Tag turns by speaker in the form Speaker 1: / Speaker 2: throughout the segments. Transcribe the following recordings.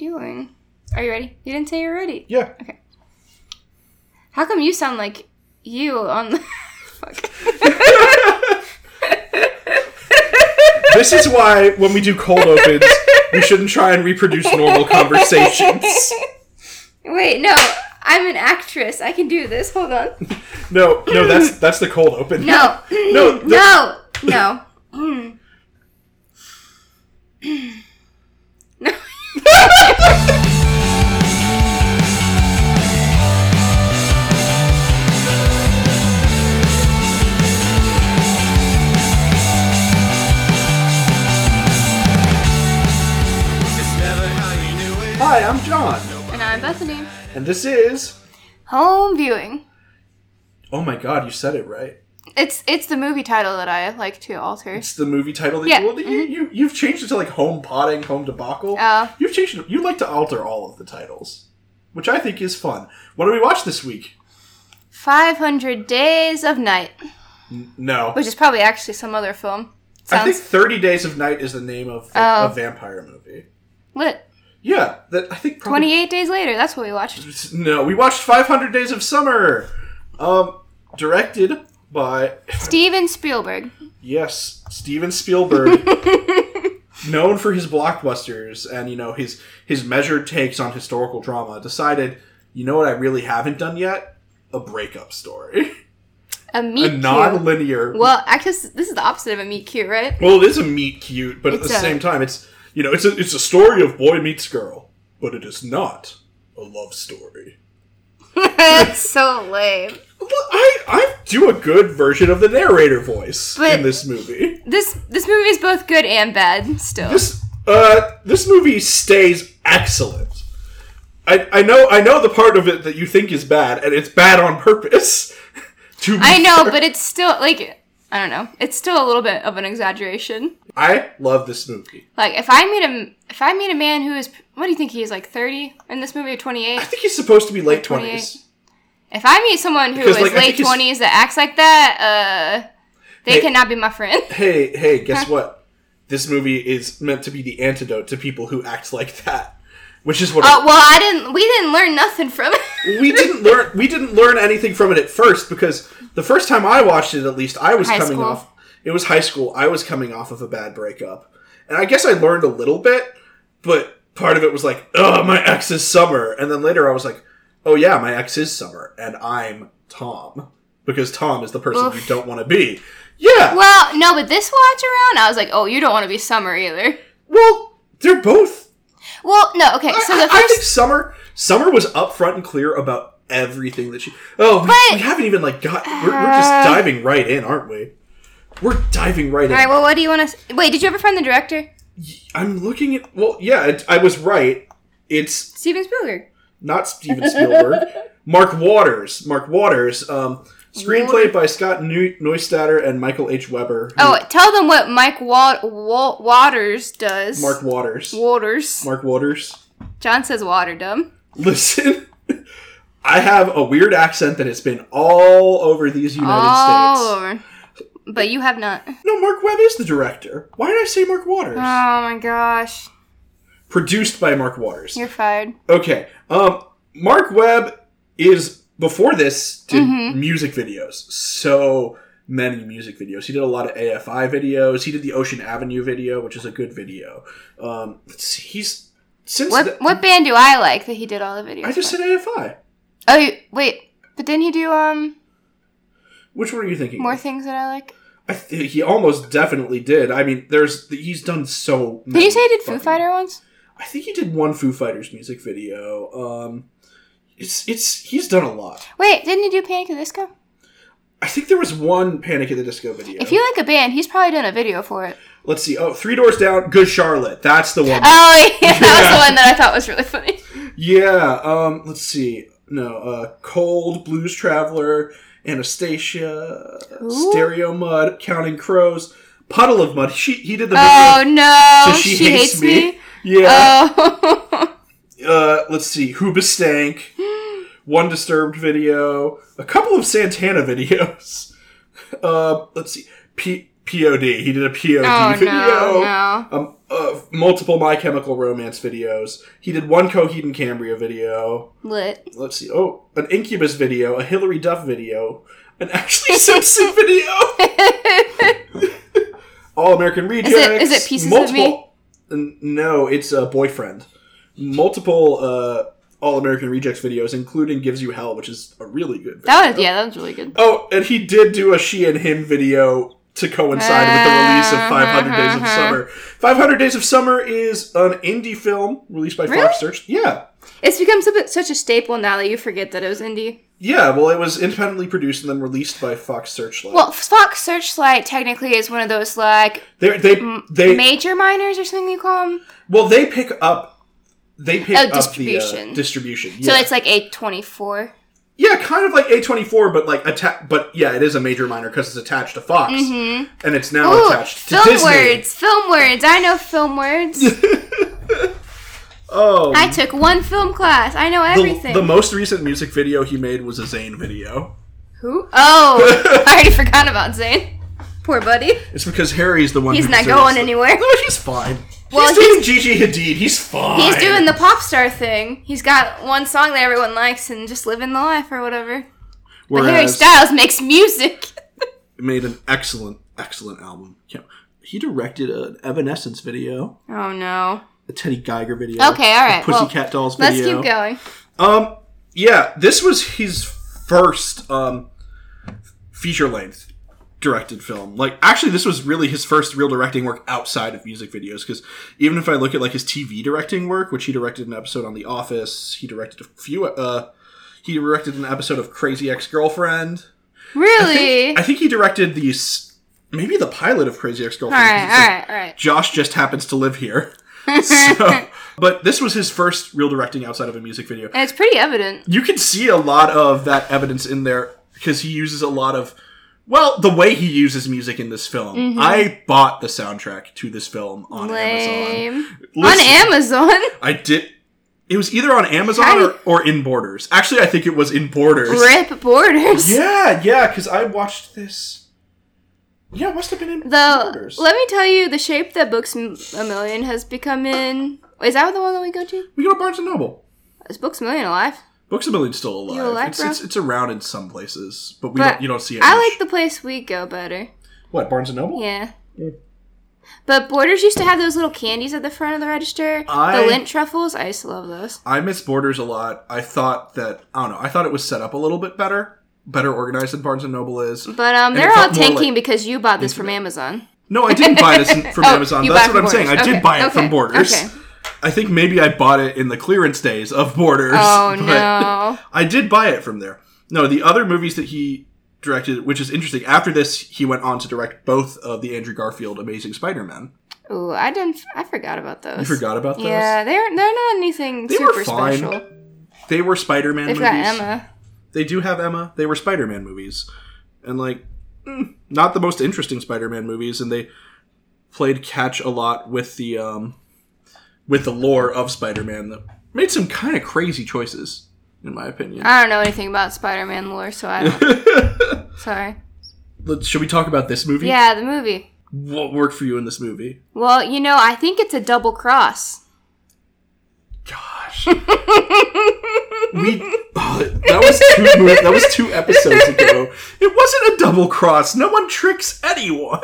Speaker 1: doing? Are you ready? You didn't say you're ready.
Speaker 2: Yeah.
Speaker 1: How come you sound like you on the fuck?
Speaker 2: This is why when we do cold opens, we shouldn't try and reproduce normal conversations.
Speaker 1: Wait, no. I'm an actress. I can do this. Hold on.
Speaker 2: No, no, that's that's the cold open.
Speaker 1: No. Mm,
Speaker 2: No, the-
Speaker 1: No. No. Mm. no.
Speaker 2: Hi, I'm John,
Speaker 1: and I'm Bethany.
Speaker 2: and this is.
Speaker 1: Home viewing.
Speaker 2: Oh my god, you said it right.
Speaker 1: It's it's the movie title that I like to alter.
Speaker 2: It's the movie title that
Speaker 1: Yeah. Mm-hmm.
Speaker 2: well, you, you you've changed it to like home potting, home debacle.
Speaker 1: Oh.
Speaker 2: You've changed it. You like to alter all of the titles, which I think is fun. What do we watch this week?
Speaker 1: 500 Days of Night,
Speaker 2: No,
Speaker 1: which is probably actually some other film.
Speaker 2: I think
Speaker 1: Sounds
Speaker 2: Thirty Days of Night is the name of
Speaker 1: Oh.
Speaker 2: a vampire movie.
Speaker 1: lit.
Speaker 2: Yeah, that I think probably
Speaker 1: 28 Days Later, that's what we watched.
Speaker 2: No, we watched 500 Days of Summer. Um, directed by,
Speaker 1: Steven Spielberg.
Speaker 2: yes, Steven Spielberg. known for his blockbusters and, you know, his, his measured takes on historical drama, decided, you know what I really haven't done yet? A breakup story.
Speaker 1: A
Speaker 2: a
Speaker 1: meet
Speaker 2: non
Speaker 1: cute.
Speaker 2: linear. Well,
Speaker 1: Well, I guess this is the opposite of a meet cute, right?
Speaker 2: it is a meet cute, but at the
Speaker 1: It's a-
Speaker 2: same time, it's, you know, it's a, it's a story of boy meets girl, but it is not a love story.
Speaker 1: That's so lame.
Speaker 2: Well, I, I do a good version of the narrator voice
Speaker 1: But-
Speaker 2: in this movie.
Speaker 1: This this movie is both good and bad still.
Speaker 2: This uh this movie stays excellent. I, I know I know the part of it that you think is bad, and it's bad on purpose. to be
Speaker 1: I know,
Speaker 2: fair.
Speaker 1: but it's still like I don't know. It's still a little bit of an exaggeration.
Speaker 2: I love this movie.
Speaker 1: Like if I meet a if I meet a man who is what do you think he is like 30 in this movie or
Speaker 2: I
Speaker 1: 28?
Speaker 2: think he's supposed to be late
Speaker 1: 28.
Speaker 2: twenties.
Speaker 1: If I meet someone who
Speaker 2: Because,
Speaker 1: is
Speaker 2: like, I
Speaker 1: late
Speaker 2: think he's-
Speaker 1: 20s that acts like that, uh they
Speaker 2: Hey.
Speaker 1: cannot be my friend.
Speaker 2: Hey hey, guess what? This movie is meant to be the antidote to people who act like that, which is what I
Speaker 1: Uh, well, I didn't. We didn't learn nothing from it.
Speaker 2: we didn't learn we didn't learn anything from it at first because the first time I watched it at least I was
Speaker 1: High
Speaker 2: coming
Speaker 1: school.
Speaker 2: off it was high school I was coming off of a bad breakup and I guess I learned a little bit but part of it was like oh my ex is summer and then later I was like oh yeah my ex is summer and I'm Tom because Tom is the person you don't want to be yeah well,
Speaker 1: well, no, but this watch around, I was like, oh, you don't want to be summer either.
Speaker 2: they're both
Speaker 1: Well, no, okay. So
Speaker 2: I,
Speaker 1: the
Speaker 2: I think
Speaker 1: first,
Speaker 2: Summer Summer was upfront and clear about everything that she. Oh, we,
Speaker 1: But-
Speaker 2: we haven't even like got. We're, we're just
Speaker 1: Uh.
Speaker 2: diving right in, aren't we? We're diving right in.
Speaker 1: all right. Well, what do you want to? Wait, did you ever find the director,
Speaker 2: I'm looking at. Well, yeah, it, I was right. It's
Speaker 1: Steven Spielberg?
Speaker 2: not Steven Spielberg. Mark Waters. Mark Waters. Um, screenplay by Scott Neu- Neustadter and Michael H. Weber. who-
Speaker 1: Oh, tell them what Mike Wa- Wa- Waters does.
Speaker 2: Mark Waters.
Speaker 1: Waters.
Speaker 2: Mark Waters.
Speaker 1: John says Waterdom.
Speaker 2: Listen, I have a weird accent that has been all over these United States.
Speaker 1: All over. Oh. But you have not. Oh
Speaker 2: No, Mark Webb is the director. Why did I say Mark Waters?
Speaker 1: my gosh,
Speaker 2: Produced by Mark Waters.
Speaker 1: you're fired.
Speaker 2: Okay. Um, Mark Webb is before this did
Speaker 1: Mm-hmm.
Speaker 2: music videos. So many music videos. He did a lot of AFI videos. He did the Ocean Avenue video, which is a good video. Um, he's since
Speaker 1: What
Speaker 2: the-
Speaker 1: what band do I like that he did all the videos?
Speaker 2: I just
Speaker 1: for?
Speaker 2: said AFI.
Speaker 1: Oh you- wait, but didn't he do um
Speaker 2: Which one are you thinking?
Speaker 1: more
Speaker 2: of?
Speaker 1: things that I like?
Speaker 2: I th- he almost definitely did. I mean, there's he's done so.
Speaker 1: Did you say he did Foo
Speaker 2: fucking-
Speaker 1: Fighter ones?
Speaker 2: I think he did one Foo Fighters music video. Um, it's it's he's done a lot.
Speaker 1: Wait, didn't he do Panic at the Disco?
Speaker 2: I think there was one Panic at the Disco video.
Speaker 1: If you like a band, he's probably done a video for it.
Speaker 2: Let's see. Oh, Three Doors Down, Good Charlotte. That's the one.
Speaker 1: Oh, yeah, that was
Speaker 2: Yeah.
Speaker 1: the one that I thought was really funny.
Speaker 2: yeah. Um, let's see. No, uh, Cold, Blues Traveler, Anastasia,
Speaker 1: Ooh.
Speaker 2: Stereo Mud, Counting Crows, Puddle of Mud. She he did the
Speaker 1: Oh
Speaker 2: video.
Speaker 1: no,
Speaker 2: to
Speaker 1: she, hates, me.
Speaker 2: Yeah.
Speaker 1: Oh,
Speaker 2: uh, let's see, Hoobastank, one disturbed video, a couple of Santana videos. Uh, let's see, P- POD. He did a POD
Speaker 1: oh
Speaker 2: video.
Speaker 1: no, no.
Speaker 2: Um, uh, multiple My Chemical Romance videos. He did one Coheed and Cambria video.
Speaker 1: Lit.
Speaker 2: Let's see. Oh, an Incubus video, a Hillary Duff video, an Ashley Simpson video, All American Rejects.
Speaker 1: is it Pieces of
Speaker 2: Me? No, it's a boyfriend. Multiple uh, All American Rejects videos, including Gives You Hell, which is a really good. Video.
Speaker 1: That was yeah, that was really good.
Speaker 2: Oh, and he did do a she and him video to coincide with the release of
Speaker 1: Uh-huh,
Speaker 2: 500 Days of Summer. 500 Days of Summer is an indie film released by
Speaker 1: Really?
Speaker 2: Fox Search. Yeah.
Speaker 1: It's become such a, such a staple now that you forget that it was indie.
Speaker 2: Yeah, well, it was independently produced and then released by Fox Searchlight.
Speaker 1: Well, Fox Searchlight technically is one of those like
Speaker 2: they
Speaker 1: mm,
Speaker 2: they they
Speaker 1: major minors or something you call them.
Speaker 2: well they pick up they pick
Speaker 1: Oh,
Speaker 2: up the
Speaker 1: distribution.
Speaker 2: uh, distribution.
Speaker 1: So
Speaker 2: yeah.
Speaker 1: it's like a twenty-four.
Speaker 2: yeah, kind of like A24 but like atta- but yeah, it is a major minor cuz it's attached to Fox and it's now
Speaker 1: Mm-hmm. Ooh,
Speaker 2: attached to
Speaker 1: film
Speaker 2: Disney.
Speaker 1: words, film words. I know film words.
Speaker 2: Oh.
Speaker 1: I took one film class. I know
Speaker 2: the,
Speaker 1: everything.
Speaker 2: the most recent music video he made was a Zayn video.
Speaker 1: Who? Oh, I already forgot about Zayn. Poor buddy.
Speaker 2: It's because Harry's the one.
Speaker 1: He's
Speaker 2: who
Speaker 1: not
Speaker 2: deserves
Speaker 1: going
Speaker 2: the-
Speaker 1: anywhere.
Speaker 2: No, he's fine.
Speaker 1: Well,
Speaker 2: he's doing Gigi Hadid. He's fine.
Speaker 1: He's doing the pop star thing. He's got one song that everyone likes and just living the life or whatever. But Harry
Speaker 2: Whereas
Speaker 1: Styles makes music.
Speaker 2: made an excellent, excellent album. Can't- He directed an Evanescence video,
Speaker 1: Oh no.
Speaker 2: a Teddy Geiger video.
Speaker 1: Okay, all right,
Speaker 2: A
Speaker 1: well,
Speaker 2: Pussycat Dolls
Speaker 1: Let's
Speaker 2: video.
Speaker 1: keep going.
Speaker 2: Um, yeah, this was his first um feature length directed film. Like, actually, this was really his first real directing work outside of music videos. Because even if I look at like his TV directing work, which he directed an episode on The Office, he directed a few. Uh, he directed an episode of Crazy Ex Girlfriend.
Speaker 1: Really?
Speaker 2: I think he directed the s- maybe the pilot of Crazy Ex
Speaker 1: all
Speaker 2: Girlfriend.
Speaker 1: right, all right, all right.
Speaker 2: Josh just happens to live here. so, but this was his first real directing outside of a music video
Speaker 1: And it's pretty evident.
Speaker 2: you can see a lot of that evidence in there because he uses a lot of well the way he uses music in this film i bought the soundtrack to this film on amazon
Speaker 1: Mm-hmm. Lame. On
Speaker 2: Listen,
Speaker 1: Amazon?
Speaker 2: i did it was either on amazon
Speaker 1: How
Speaker 2: or, or in borders actually i think it was in borders
Speaker 1: Rip Borders.
Speaker 2: yeah yeah because i watched this yeah it must have been in
Speaker 1: Though,
Speaker 2: borders
Speaker 1: let me tell you, the shape that Books M- A Million has become in. Is that the one that we go to?
Speaker 2: we go to barnes and noble
Speaker 1: Is Books A Million alive?
Speaker 2: books a million's still alive,
Speaker 1: You alive,
Speaker 2: it's,
Speaker 1: bro?
Speaker 2: it's, it's around in some places but we
Speaker 1: But
Speaker 2: don't you don't see it
Speaker 1: I
Speaker 2: much.
Speaker 1: like the place we go better.
Speaker 2: what barnes and noble
Speaker 1: Yeah. But Borders used to have those little candies at the front of the register.
Speaker 2: I-
Speaker 1: the lint truffles. I used to love those.
Speaker 2: I miss Borders a lot. I thought that I don't know. I thought it was set up a little bit better, better organized than Barnes and Noble is.
Speaker 1: But um,
Speaker 2: And it
Speaker 1: they're all
Speaker 2: felt more
Speaker 1: tanking
Speaker 2: like
Speaker 1: because you bought this from Amazon.
Speaker 2: No, I didn't buy this from
Speaker 1: Oh,
Speaker 2: Amazon.
Speaker 1: you
Speaker 2: That's
Speaker 1: buy
Speaker 2: what I'm
Speaker 1: from
Speaker 2: saying. I
Speaker 1: Borders.
Speaker 2: did
Speaker 1: Okay,
Speaker 2: buy it
Speaker 1: okay,
Speaker 2: from Borders.
Speaker 1: okay.
Speaker 2: I think maybe I bought it in the clearance days of Borders.
Speaker 1: Oh
Speaker 2: but
Speaker 1: no!
Speaker 2: I did buy it from there. No, the other movies that he directed, which is interesting. After this, he went on to direct both of the Andrew Garfield Amazing Spider-Man.
Speaker 1: Ooh, I didn't. I forgot about those.
Speaker 2: You forgot about those?
Speaker 1: Yeah, they're they're not anything
Speaker 2: They were
Speaker 1: super
Speaker 2: fine
Speaker 1: special.
Speaker 2: They were Spider-Man
Speaker 1: They've
Speaker 2: movies.
Speaker 1: got Emma.
Speaker 2: They do have Emma. They were Spider-Man movies, and like mm, not the most interesting Spider-Man movies. And they played catch a lot with the um, with the lore of Spider-Man. That made some kind of crazy choices, in my opinion.
Speaker 1: I don't know anything about Spider-Man lore, so I don't. Sorry.
Speaker 2: Let's- Should we talk about this movie?
Speaker 1: Yeah, the movie.
Speaker 2: What worked for you in this movie?
Speaker 1: Well, you know, I think it's a double cross.
Speaker 2: Gosh, we oh, that was two mo- that was two episodes ago. It wasn't a double cross. No one tricks anyone.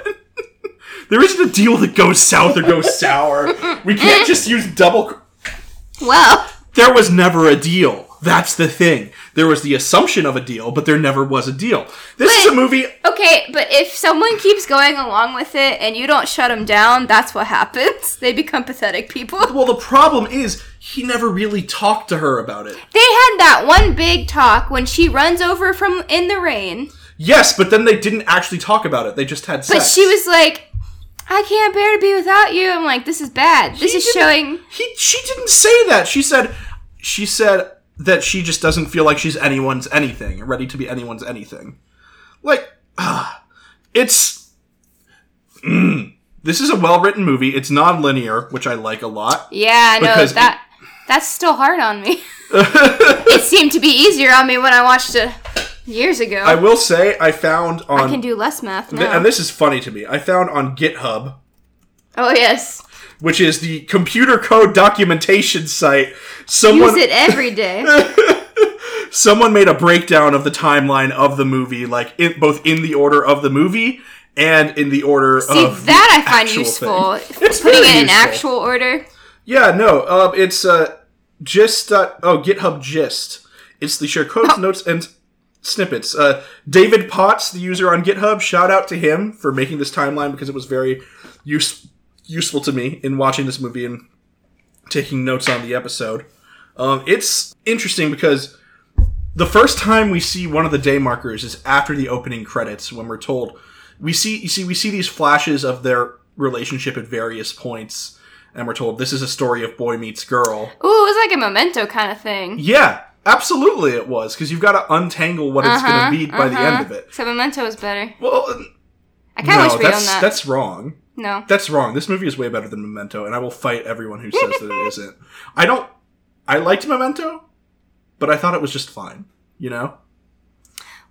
Speaker 2: There isn't a deal that goes south or goes sour. We can't just use double. Cr-
Speaker 1: Well,
Speaker 2: there was never a deal. That's the thing. There was the assumption of a deal, but there never was a deal. This is
Speaker 1: But-
Speaker 2: a movie.
Speaker 1: okay, but if someone keeps going along with it and you don't shut them down, that's what happens. They become pathetic people.
Speaker 2: Well, the problem is he never really talked to her about it.
Speaker 1: They had that one big talk when she runs over from in the rain,
Speaker 2: Yes, but then they didn't actually talk about it. They just had
Speaker 1: but
Speaker 2: sex.
Speaker 1: she was like, "I can't bear to be without you." I'm like, "This is bad. This
Speaker 2: He
Speaker 1: is
Speaker 2: didn't-
Speaker 1: showing."
Speaker 2: He she didn't say that. She said she said that she just doesn't feel like she's anyone's anything, ready to be anyone's anything. Like ah, it's Mm. this is a well-written movie. It's non-linear, which I like a lot.
Speaker 1: Yeah, I know
Speaker 2: Because-
Speaker 1: that. That's still hard on me. it seemed to be easier on me when I watched it years ago.
Speaker 2: I
Speaker 1: I,
Speaker 2: will say I found on
Speaker 1: can do less math now.
Speaker 2: and this is funny to me. I found on GitHub
Speaker 1: oh yes,
Speaker 2: which is the computer code documentation site. Someone
Speaker 1: Use it every day.
Speaker 2: someone made a breakdown of the timeline of the movie, like in, both in the order of the movie and in the order
Speaker 1: See,
Speaker 2: of the
Speaker 1: that I find
Speaker 2: actual
Speaker 1: useful.
Speaker 2: thing. It's
Speaker 1: Putting
Speaker 2: very
Speaker 1: it in
Speaker 2: useful.
Speaker 1: actual order.
Speaker 2: Yeah, no, uh, it's uh, gist. dot- Oh, GitHub gist. It's the share codes, notes, and snippets. Uh, David Potts, the user on GitHub, shout out to him for making this timeline because it was very use- useful to me in watching this movie and taking notes on the episode. Um, it's interesting because the first time we see one of the day markers is after the opening credits when we're told we see you see we see these flashes of their relationship at various points and we're told this is a story of boy meets girl.
Speaker 1: Ooh, it was like a memento kind of thing.
Speaker 2: Yeah, absolutely it was because you've got to untangle what it's going
Speaker 1: Uh-huh,
Speaker 2: to be by the
Speaker 1: uh-huh.
Speaker 2: end of it.
Speaker 1: So memento is better.
Speaker 2: Well, uh,
Speaker 1: I kind of
Speaker 2: no,
Speaker 1: wish we owned
Speaker 2: that's
Speaker 1: that.
Speaker 2: that's wrong.
Speaker 1: no.
Speaker 2: That's wrong. This movie is way better than Memento, and I will fight everyone who says that it isn't. I don't. I liked Memento, but I thought it was just fine. You know,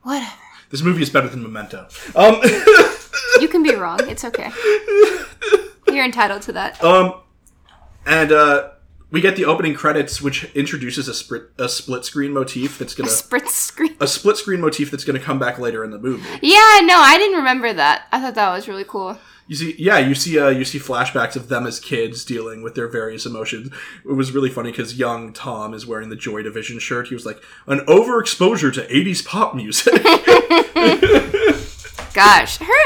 Speaker 1: Whatever.
Speaker 2: this movie is better than Memento. Um,
Speaker 1: You can be wrong. It's okay. You're entitled to that.
Speaker 2: um, and uh, we get the opening credits, which introduces a, split a split screen motif that's
Speaker 1: A
Speaker 2: gonna
Speaker 1: spritz screen.
Speaker 2: a split screen motif that's gonna come back later in the movie.
Speaker 1: Yeah, no, I didn't remember that. I thought that was really cool.
Speaker 2: You see, yeah, you see, uh, you see flashbacks of them as kids dealing with their various emotions. It was really funny because young Tom is wearing the Joy Division shirt. He was like, "An overexposure to '80s pop music."
Speaker 1: Gosh, her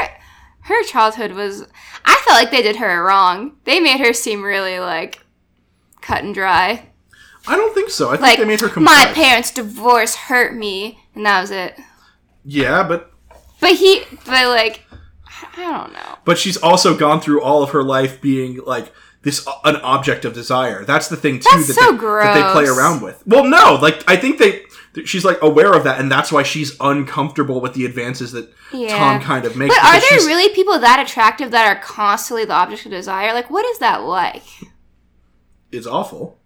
Speaker 1: her childhood was. I felt like they did her wrong. They made her seem really like cut and dry.
Speaker 2: I don't think so. I think
Speaker 1: Like
Speaker 2: they made her
Speaker 1: my
Speaker 2: complex.
Speaker 1: parents' divorce hurt me, and that was it.
Speaker 2: yeah, but
Speaker 1: But he, but like, I- I don't know.
Speaker 2: but she's also gone through all of her life being like this uh, an object of desire. That's the thing too
Speaker 1: That's
Speaker 2: that,
Speaker 1: so
Speaker 2: they, that they play
Speaker 1: gross.
Speaker 2: around with. Well, no, like I think they that she's like aware of that, and that's why she's uncomfortable with the advances that
Speaker 1: Yeah.
Speaker 2: Tom kind of makes.
Speaker 1: But are
Speaker 2: because
Speaker 1: there
Speaker 2: she's-
Speaker 1: really people that attractive that are constantly the object of desire? Like, what is that like?
Speaker 2: It's awful.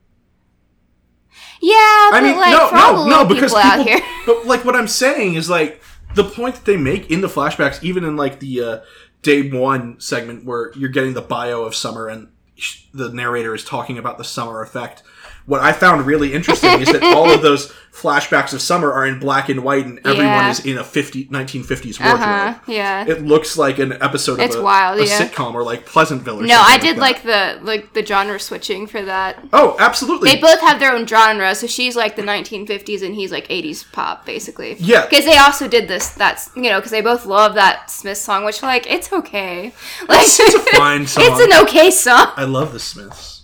Speaker 1: Yeah, but
Speaker 2: I mean,
Speaker 1: like,
Speaker 2: no,
Speaker 1: for all the
Speaker 2: no,
Speaker 1: little
Speaker 2: no, because
Speaker 1: people, out here,
Speaker 2: but like what I'm saying is like the point that they make in the flashbacks, even in like the uh, day one segment where you're getting the bio of Summer and sh- the narrator is talking about the Summer effect. What I found really interesting is that all of those flashbacks of Summer are in black and white, and everyone
Speaker 1: Yeah.
Speaker 2: is in a 50, 1950s
Speaker 1: uh
Speaker 2: wardrobe.
Speaker 1: huh, yeah.
Speaker 2: It looks like an episode
Speaker 1: It's
Speaker 2: of a,
Speaker 1: wild,
Speaker 2: a
Speaker 1: yeah.
Speaker 2: sitcom or like Pleasantville. Or
Speaker 1: No,
Speaker 2: something
Speaker 1: I did
Speaker 2: that.
Speaker 1: like the like the genre switching for that.
Speaker 2: Oh, absolutely.
Speaker 1: They both have their own genre, so she's like the 1950s and he's like 80s pop, basically.
Speaker 2: Yeah.
Speaker 1: Because they also did this. That's you know because they both love that Smith song, which like it's okay. Like it's
Speaker 2: a fine song.
Speaker 1: an okay song.
Speaker 2: I love the Smiths.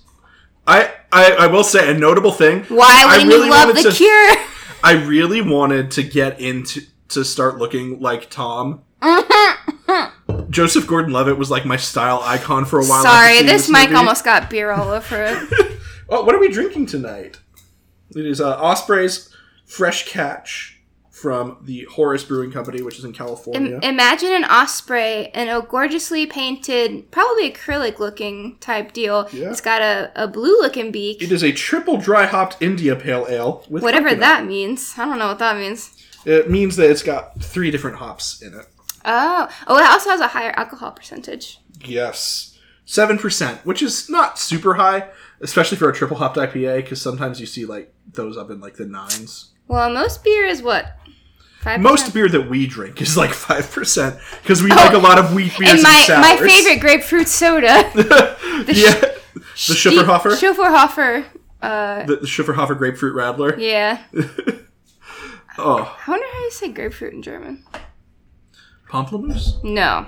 Speaker 2: I, I I will say a notable thing.
Speaker 1: Why
Speaker 2: I
Speaker 1: wouldn't
Speaker 2: really
Speaker 1: you love
Speaker 2: wanted
Speaker 1: the
Speaker 2: to-
Speaker 1: Cure?
Speaker 2: I really wanted to get into to start looking like Tom. Joseph Gordon-Levitt was like my style icon for a while. after
Speaker 1: Sorry,
Speaker 2: seeing
Speaker 1: this mic
Speaker 2: movie.
Speaker 1: almost got beer all over it.
Speaker 2: Oh, what are we drinking tonight? It is uh, Osprey's Fresh Catch from the Horace Brewing Company, which is in California.
Speaker 1: Im- Imagine an osprey in a gorgeously painted, probably acrylic-looking type deal.
Speaker 2: Yeah.
Speaker 1: It's got a, a blue-looking beak.
Speaker 2: it is a triple dry hopped India Pale Ale with
Speaker 1: Whatever
Speaker 2: coconut.
Speaker 1: that means. I don't know what that means.
Speaker 2: It means that it's got three different hops in it.
Speaker 1: Oh. Oh, it also has a higher alcohol percentage.
Speaker 2: Yes. 7%, which is not super high, especially for a triple hopped IPA, because sometimes you see like those up in like the nines.
Speaker 1: Well, most beer is what? 5
Speaker 2: Most beer that we drink is like 5%, because we like a lot of wheat beers
Speaker 1: Oh, And
Speaker 2: and,
Speaker 1: my,
Speaker 2: sours.
Speaker 1: my favorite grapefruit soda.
Speaker 2: the yeah. the Schifferhofer?
Speaker 1: Schifferhofer. Uh,
Speaker 2: the, the Schifferhofer grapefruit radler.
Speaker 1: yeah.
Speaker 2: Oh,
Speaker 1: I wonder how you say grapefruit in German.
Speaker 2: pamplemousse?
Speaker 1: No.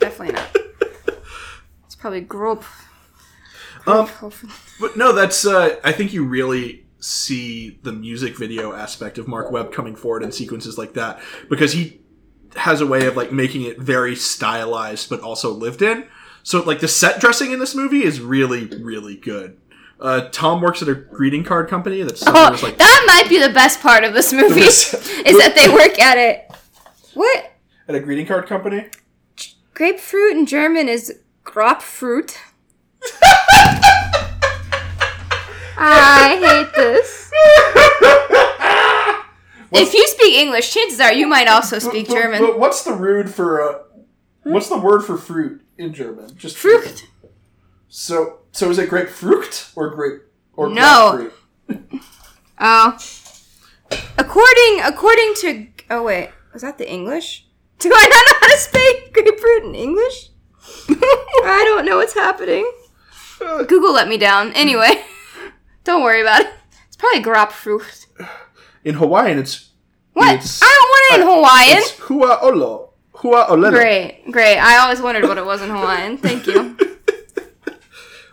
Speaker 1: Definitely not. It's probably Grub.
Speaker 2: Um,
Speaker 1: Grubhofen.
Speaker 2: But no, that's. Uh, I think you really see the music video aspect of Mark Webb coming forward in sequences like that because he has a way of like making it very stylized but also lived in. So like the set dressing in this movie is really really good. Uh, Tom works at a greeting card company that's
Speaker 1: Oh,
Speaker 2: was like
Speaker 1: that might be the best part of this movie.
Speaker 2: best-
Speaker 1: is that they work at it. What?
Speaker 2: at a greeting card company.
Speaker 1: Grapefruit in German is Grapefruit. I hate this. if you speak English, chances are you might also speak German. Hmm?
Speaker 2: But what's the rude for? Uh, what's the word for fruit in German? Just
Speaker 1: Frucht.
Speaker 2: So, so is it grapefruit or grape or
Speaker 1: No.
Speaker 2: grapefruit?
Speaker 1: Oh. According according to oh wait, was that the English? Do I not know how to speak grapefruit in English? I don't know what's happening. Google let me down. Anyway, don't worry about it. It's probably grapefruit.
Speaker 2: In Hawaiian, it's
Speaker 1: What?
Speaker 2: It's-
Speaker 1: I don't want it in Hawaiian.
Speaker 2: it's hua'olo, hua'olelo.
Speaker 1: Great, great. I always wondered what it was in Hawaiian. Thank you.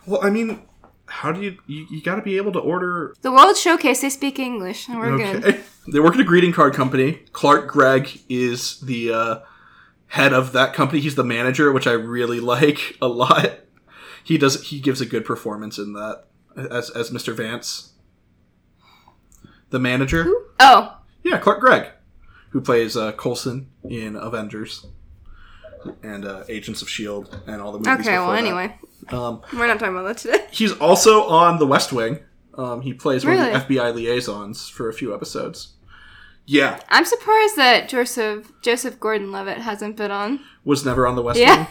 Speaker 2: Well, I mean, how do you you, you got to be able to order?
Speaker 1: The World Showcase, they speak English, and we're good.
Speaker 2: Okay, they work at a greeting card company. Clark Gregg is the uh, head of that company. He's the manager, which I really like a lot. He does he gives a good performance in that as as Mr. Vance, the manager.
Speaker 1: Oh,
Speaker 2: Yeah, Clark Gregg, who plays uh, Coulson in Avengers and uh, Agents of Shield and all the movies.
Speaker 1: okay. Well,
Speaker 2: before that.
Speaker 1: anyway,
Speaker 2: um,
Speaker 1: we're not talking about that today.
Speaker 2: he's also on The West Wing. Um, he plays one
Speaker 1: Really?
Speaker 2: of the FBI liaisons for a few episodes. Yeah,
Speaker 1: I'm surprised that Joseph Joseph Gordon-Levitt hasn't been on.
Speaker 2: was never on The West
Speaker 1: Yeah.
Speaker 2: Wing.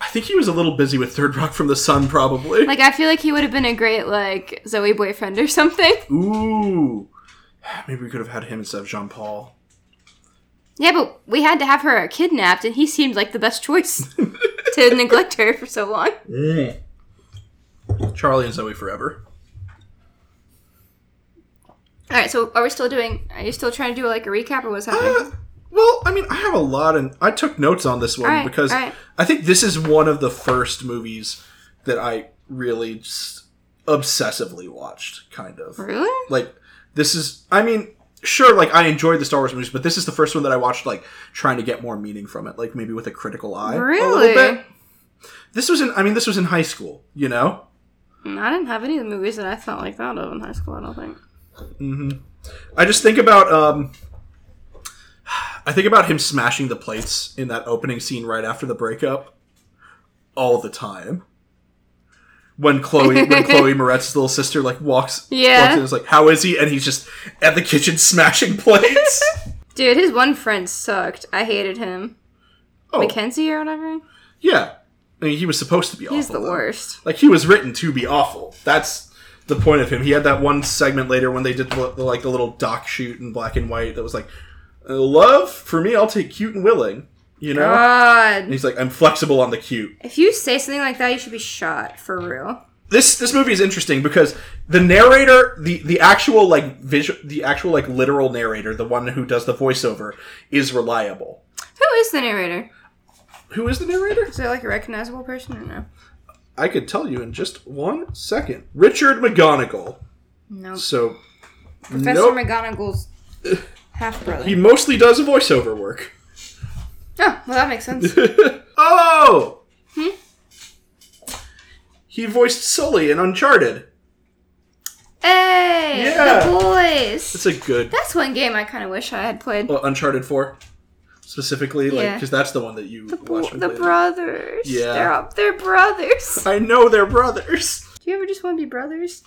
Speaker 2: I think he was a little busy with Third Rock from the Sun, probably.
Speaker 1: Like, I feel like he would have been a great like Zoe boyfriend or something.
Speaker 2: Ooh, maybe we could have had him instead of Jean Paul.
Speaker 1: Yeah, but we had to have her kidnapped, and he seemed like the best choice to neglect her for so long.
Speaker 2: Charlie and Zoe forever.
Speaker 1: All right, so are we still doing? Are you still trying to do like a recap, or what's happening?
Speaker 2: Uh, well, I mean, I have a lot, and I took notes on this one
Speaker 1: All right,
Speaker 2: because
Speaker 1: all right.
Speaker 2: I think this is one of the first movies that I really just obsessively watched, kind of.
Speaker 1: really?
Speaker 2: Like, this is, I mean, sure, like, I enjoyed the Star Wars movies, but this is the first one that I watched, like, trying to get more meaning from it, like, maybe with a critical eye. a little
Speaker 1: Really?
Speaker 2: bit. This was in, I mean, this was in high school, you know?
Speaker 1: Mm, I didn't have any of the movies that I felt like that of in high school. I don't think.
Speaker 2: I just think about um I think about him smashing the plates in that opening scene right after the breakup all the time. When Chloe when Chloe Moretz's little sister like walks
Speaker 1: Yeah.
Speaker 2: walks in and is like, How is he? And he's just at the kitchen smashing plates.
Speaker 1: Dude, his one friend sucked. I hated him.
Speaker 2: oh
Speaker 1: Mackenzie or whatever.
Speaker 2: yeah. I mean he was supposed to be awful.
Speaker 1: He's the
Speaker 2: though.
Speaker 1: worst.
Speaker 2: Like he was written to be awful. That's the point of him. He had that one segment later when they did the, the, like the little doc shoot in black and white that was like, "Love for me, I'll take cute and willing." You know, and
Speaker 1: God.
Speaker 2: he's like, "I'm flexible on the cute."
Speaker 1: If you say something like that, you should be shot for real.
Speaker 2: This this movie is interesting because the narrator, the the actual like visual, the actual like literal narrator, the one who does the voiceover, is reliable.
Speaker 1: Who is the narrator?
Speaker 2: Who is the narrator?
Speaker 1: Is it like a recognizable person or no?
Speaker 2: I could tell you in just one second. Richard McGonigal.
Speaker 1: No.
Speaker 2: So,
Speaker 1: Professor
Speaker 2: nope.
Speaker 1: McGonagall's half brother.
Speaker 2: he mostly does voiceover work.
Speaker 1: Oh, well, that makes sense.
Speaker 2: oh!
Speaker 1: Hmm?
Speaker 2: He voiced Sully in Uncharted.
Speaker 1: hey!
Speaker 2: Yeah.
Speaker 1: The boys!
Speaker 2: It's a good
Speaker 1: That's one game I kind of wish I had played.
Speaker 2: well, Uncharted Four, specifically, like
Speaker 1: Yeah.
Speaker 2: because that's the one that you
Speaker 1: Bo-
Speaker 2: watched. and
Speaker 1: the
Speaker 2: played.
Speaker 1: brothers.
Speaker 2: Yeah.
Speaker 1: They're, all, they're brothers.
Speaker 2: I know they're brothers.
Speaker 1: Do you ever just want to be brothers?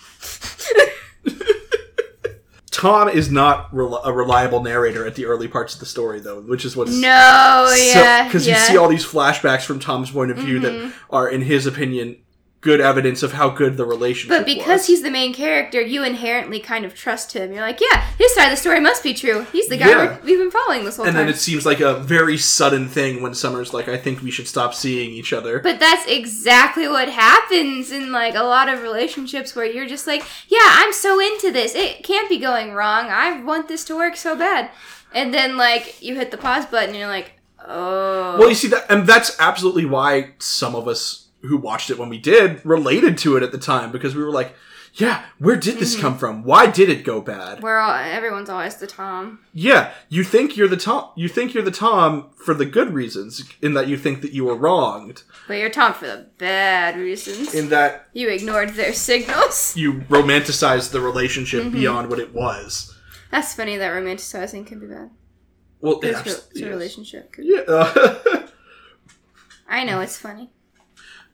Speaker 2: Tom is not rel- a reliable narrator at the early parts of the story, though, which is what's
Speaker 1: no, yeah.
Speaker 2: because
Speaker 1: yeah. Mm-hmm.
Speaker 2: you see all these flashbacks from Tom's point of view that are, in his opinion, good evidence of how good the relationship.
Speaker 1: But because
Speaker 2: was.
Speaker 1: he's the main character, you inherently kind of trust him. You're like, yeah, his side of the story must be true. He's the guy
Speaker 2: Yeah.
Speaker 1: we're- we've been following this whole
Speaker 2: and
Speaker 1: time.
Speaker 2: then it seems like a very sudden thing when Summer's like, "I think we should stop seeing each other."
Speaker 1: but that's exactly what happens in like a lot of relationships where you're just like, yeah, I'm so into this. It can't be going wrong. I want this to work so bad. And then like you hit the pause button and you're like, oh.
Speaker 2: Well, you see that, and that's absolutely why some of us who watched it when we did related to it at the time because we were like, "Yeah, where did
Speaker 1: Mm-hmm.
Speaker 2: this come from? Why did it go bad?"
Speaker 1: we're all everyone's always the Tom.
Speaker 2: Yeah, you think you're the Tom. You think you're the Tom for the good reasons, in that you think that you were wronged,
Speaker 1: But you're Tom for the bad reasons.
Speaker 2: in that
Speaker 1: you ignored their signals.
Speaker 2: you romanticized the relationship
Speaker 1: Mm-hmm.
Speaker 2: beyond what it was.
Speaker 1: That's funny that romanticizing can be bad.
Speaker 2: Well,
Speaker 1: It's, re-
Speaker 2: abs-
Speaker 1: it's a
Speaker 2: yes.
Speaker 1: relationship.
Speaker 2: Yeah.
Speaker 1: I know it's funny.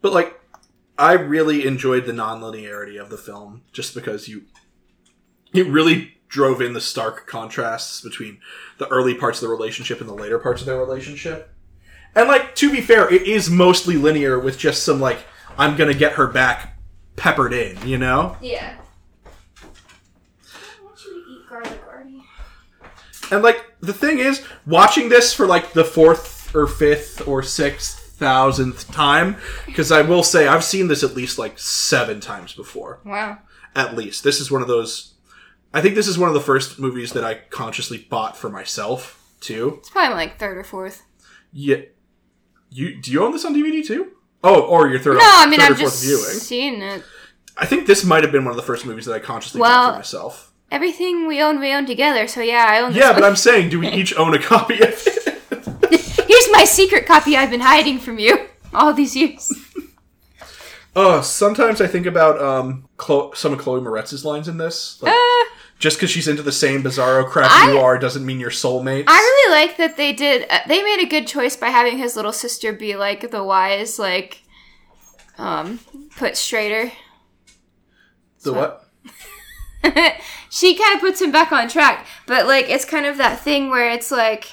Speaker 2: But like, I really enjoyed the nonlinearity of the film, just because you, it really drove in the stark contrasts between the early parts of the relationship and the later parts of their relationship. And like, to be fair, it is mostly linear with just some like I'm gonna get her back peppered in, you know?
Speaker 1: Yeah. I want you to eat garlic already.
Speaker 2: And like the thing is, watching this for like the fourth or fifth or sixth thousandth time, because I will say I've seen this at least like seven times before.
Speaker 1: Wow.
Speaker 2: At least. This is one of those I think this is one of the first movies that I consciously bought for myself too.
Speaker 1: It's probably like third or fourth.
Speaker 2: Yeah. You do you own this on DVD too? Oh, or your third
Speaker 1: No, I mean,
Speaker 2: third or
Speaker 1: I've
Speaker 2: fourth
Speaker 1: just
Speaker 2: viewing.
Speaker 1: seen it.
Speaker 2: I think this might have been one of the first movies that I consciously bought
Speaker 1: Well,
Speaker 2: for myself.
Speaker 1: Everything we own, we own together, so yeah, I own this
Speaker 2: Yeah, but
Speaker 1: one.
Speaker 2: I'm saying, do we each own a copy of it?
Speaker 1: Here's my secret copy I've been hiding from you all these years.
Speaker 2: Oh, sometimes I think about um, Chlo- some of Chloe Moretz's lines in this. Like,
Speaker 1: Uh,
Speaker 2: just because she's into the same bizarro crap
Speaker 1: I-
Speaker 2: you are doesn't mean you're soulmates.
Speaker 1: I really like that they did. Uh, they made a good choice by having his little sister be like the wise, like, um, put straighter.
Speaker 2: the what?
Speaker 1: she kind of puts him back on track, but like it's kind of that thing where it's like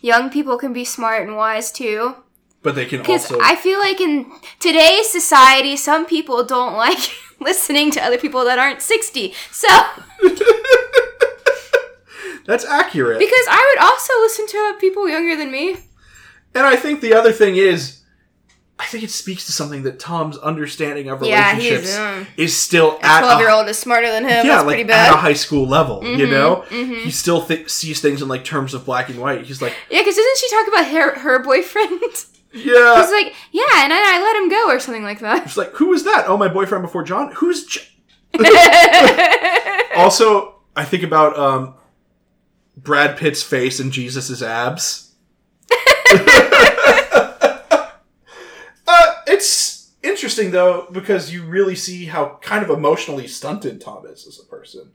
Speaker 1: young people can be smart and wise too.
Speaker 2: But they can
Speaker 1: Because
Speaker 2: also.
Speaker 1: I feel like in today's society, some people don't like listening to other people that aren't sixty. So.
Speaker 2: That's accurate.
Speaker 1: Because I would also listen to people younger than me.
Speaker 2: and I think the other thing is, I think it speaks to something that Tom's understanding of
Speaker 1: Yeah, he's,
Speaker 2: relationships
Speaker 1: um,
Speaker 2: is still
Speaker 1: A
Speaker 2: at
Speaker 1: twelve
Speaker 2: a
Speaker 1: year old is smarter than him.
Speaker 2: yeah,
Speaker 1: That's
Speaker 2: like
Speaker 1: pretty
Speaker 2: at a
Speaker 1: bad. Mm-hmm,
Speaker 2: high school level, you know. He still th- sees things in like terms of black and white. He's like,
Speaker 1: Yeah, because doesn't she talk about her her boyfriend? He's
Speaker 2: yeah. He's like,
Speaker 1: like, yeah, and I, I let him go or something like that.
Speaker 2: who was that? Oh, my boyfriend before John. Who's? J-? also, I think about um, Brad Pitt's face and Jesus's abs. uh, it's interesting though because you really see how kind of emotionally stunted Tom is as a person.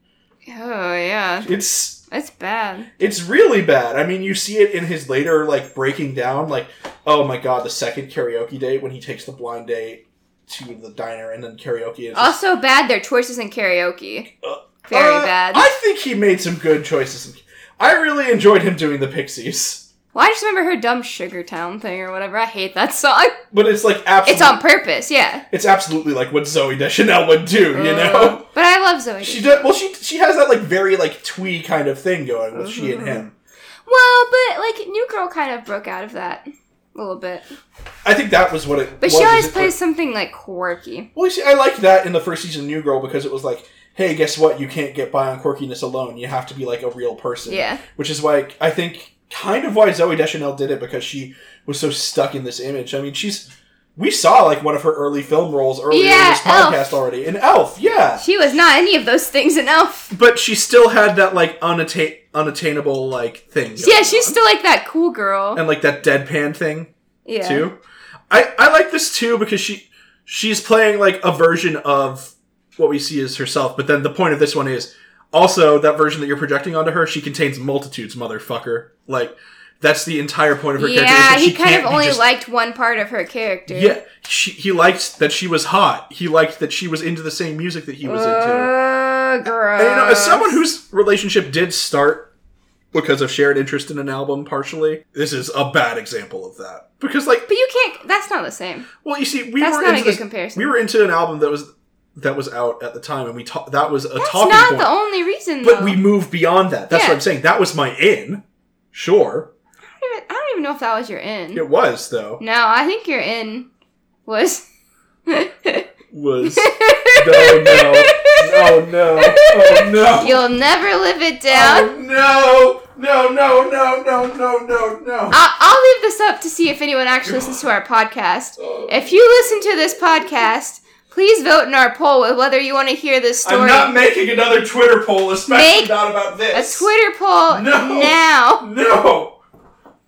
Speaker 1: oh yeah,
Speaker 2: It's
Speaker 1: that's bad.
Speaker 2: It's really bad. I mean, you see it in his later like breaking down. Like, oh my god, the second karaoke date when he takes the blind date to the diner and then karaoke is
Speaker 1: Also bad their choices in karaoke.
Speaker 2: Uh,
Speaker 1: Very
Speaker 2: Uh,
Speaker 1: bad.
Speaker 2: I think he made some good choices. I really enjoyed him doing the Pixies,
Speaker 1: well, I just remember her dumb Sugar Town thing or whatever. I hate that song.
Speaker 2: but it's like absolutely,
Speaker 1: It's um, on purpose, yeah.
Speaker 2: it's absolutely like what Zoe Deschanel would do. You know,
Speaker 1: Uh, but I love Zoe.
Speaker 2: she does. Well, she she has that like very like twee kind of thing going with she and him.
Speaker 1: Mm-hmm. well, but like New Girl kind of broke out of that a little bit.
Speaker 2: I think that was what it.
Speaker 1: But
Speaker 2: was,
Speaker 1: she
Speaker 2: is
Speaker 1: always
Speaker 2: it-
Speaker 1: plays something like quirky.
Speaker 2: Well, you see, I liked that in the first season of New Girl because it was like, hey, guess what? You can't get by on quirkiness alone. You have to be like a real person.
Speaker 1: Yeah.
Speaker 2: Which is why I think kind of why Zoe Deschanel did it because she was so stuck in this image. I mean, she's. We saw like one of her early film roles earlier in
Speaker 1: Yeah,
Speaker 2: this podcast already. In Elf, yeah.
Speaker 1: She was not any of those things in Elf.
Speaker 2: But she still had that like unattain- unattainable like thing.
Speaker 1: Yeah,
Speaker 2: going
Speaker 1: she's
Speaker 2: on.
Speaker 1: still like that cool girl.
Speaker 2: And like that deadpan thing
Speaker 1: yeah.
Speaker 2: too. I I like this too because she she's playing like a version of what we see as herself, but then the point of this one is also that version that you're projecting onto her, she contains multitudes, motherfucker. Like that's the entire point of her character.
Speaker 1: Yeah,
Speaker 2: is that
Speaker 1: he
Speaker 2: she
Speaker 1: kind
Speaker 2: can't
Speaker 1: of
Speaker 2: be
Speaker 1: only
Speaker 2: just-
Speaker 1: liked one part of her character.
Speaker 2: Yeah, she, he liked that she was hot. He liked that she was into the same music that he was into.
Speaker 1: Uh, gross.
Speaker 2: And you know, as someone whose relationship did start because of shared interest in an album partially, this is a bad example of that. Because like
Speaker 1: But you can't. That's not the same.
Speaker 2: Well, you see, we
Speaker 1: That's
Speaker 2: were
Speaker 1: not a
Speaker 2: into
Speaker 1: good
Speaker 2: this-
Speaker 1: comparison.
Speaker 2: We were into an album that was that was out at the time, and we ta- that was a
Speaker 1: That's
Speaker 2: talking
Speaker 1: not
Speaker 2: point.
Speaker 1: the only reason,
Speaker 2: but
Speaker 1: though.
Speaker 2: we moved beyond that. That's what
Speaker 1: Yeah.
Speaker 2: I'm saying. That was my in. Sure,
Speaker 1: I don't even- I don't even know if that was your in.
Speaker 2: it was though.
Speaker 1: No, I think your in was.
Speaker 2: Was no, no, no, no, oh no,
Speaker 1: You'll never live it down.
Speaker 2: oh, no, no, no, no, no, no, no, no.
Speaker 1: I'll, I'll leave this up to see if anyone actually listens to our podcast. If you listen to this podcast, please vote in our poll with whether you want to hear this
Speaker 2: I'm
Speaker 1: story.
Speaker 2: not making another Twitter poll, especially
Speaker 1: Make
Speaker 2: not about
Speaker 1: a
Speaker 2: this.
Speaker 1: Twitter poll
Speaker 2: No.
Speaker 1: now.
Speaker 2: No,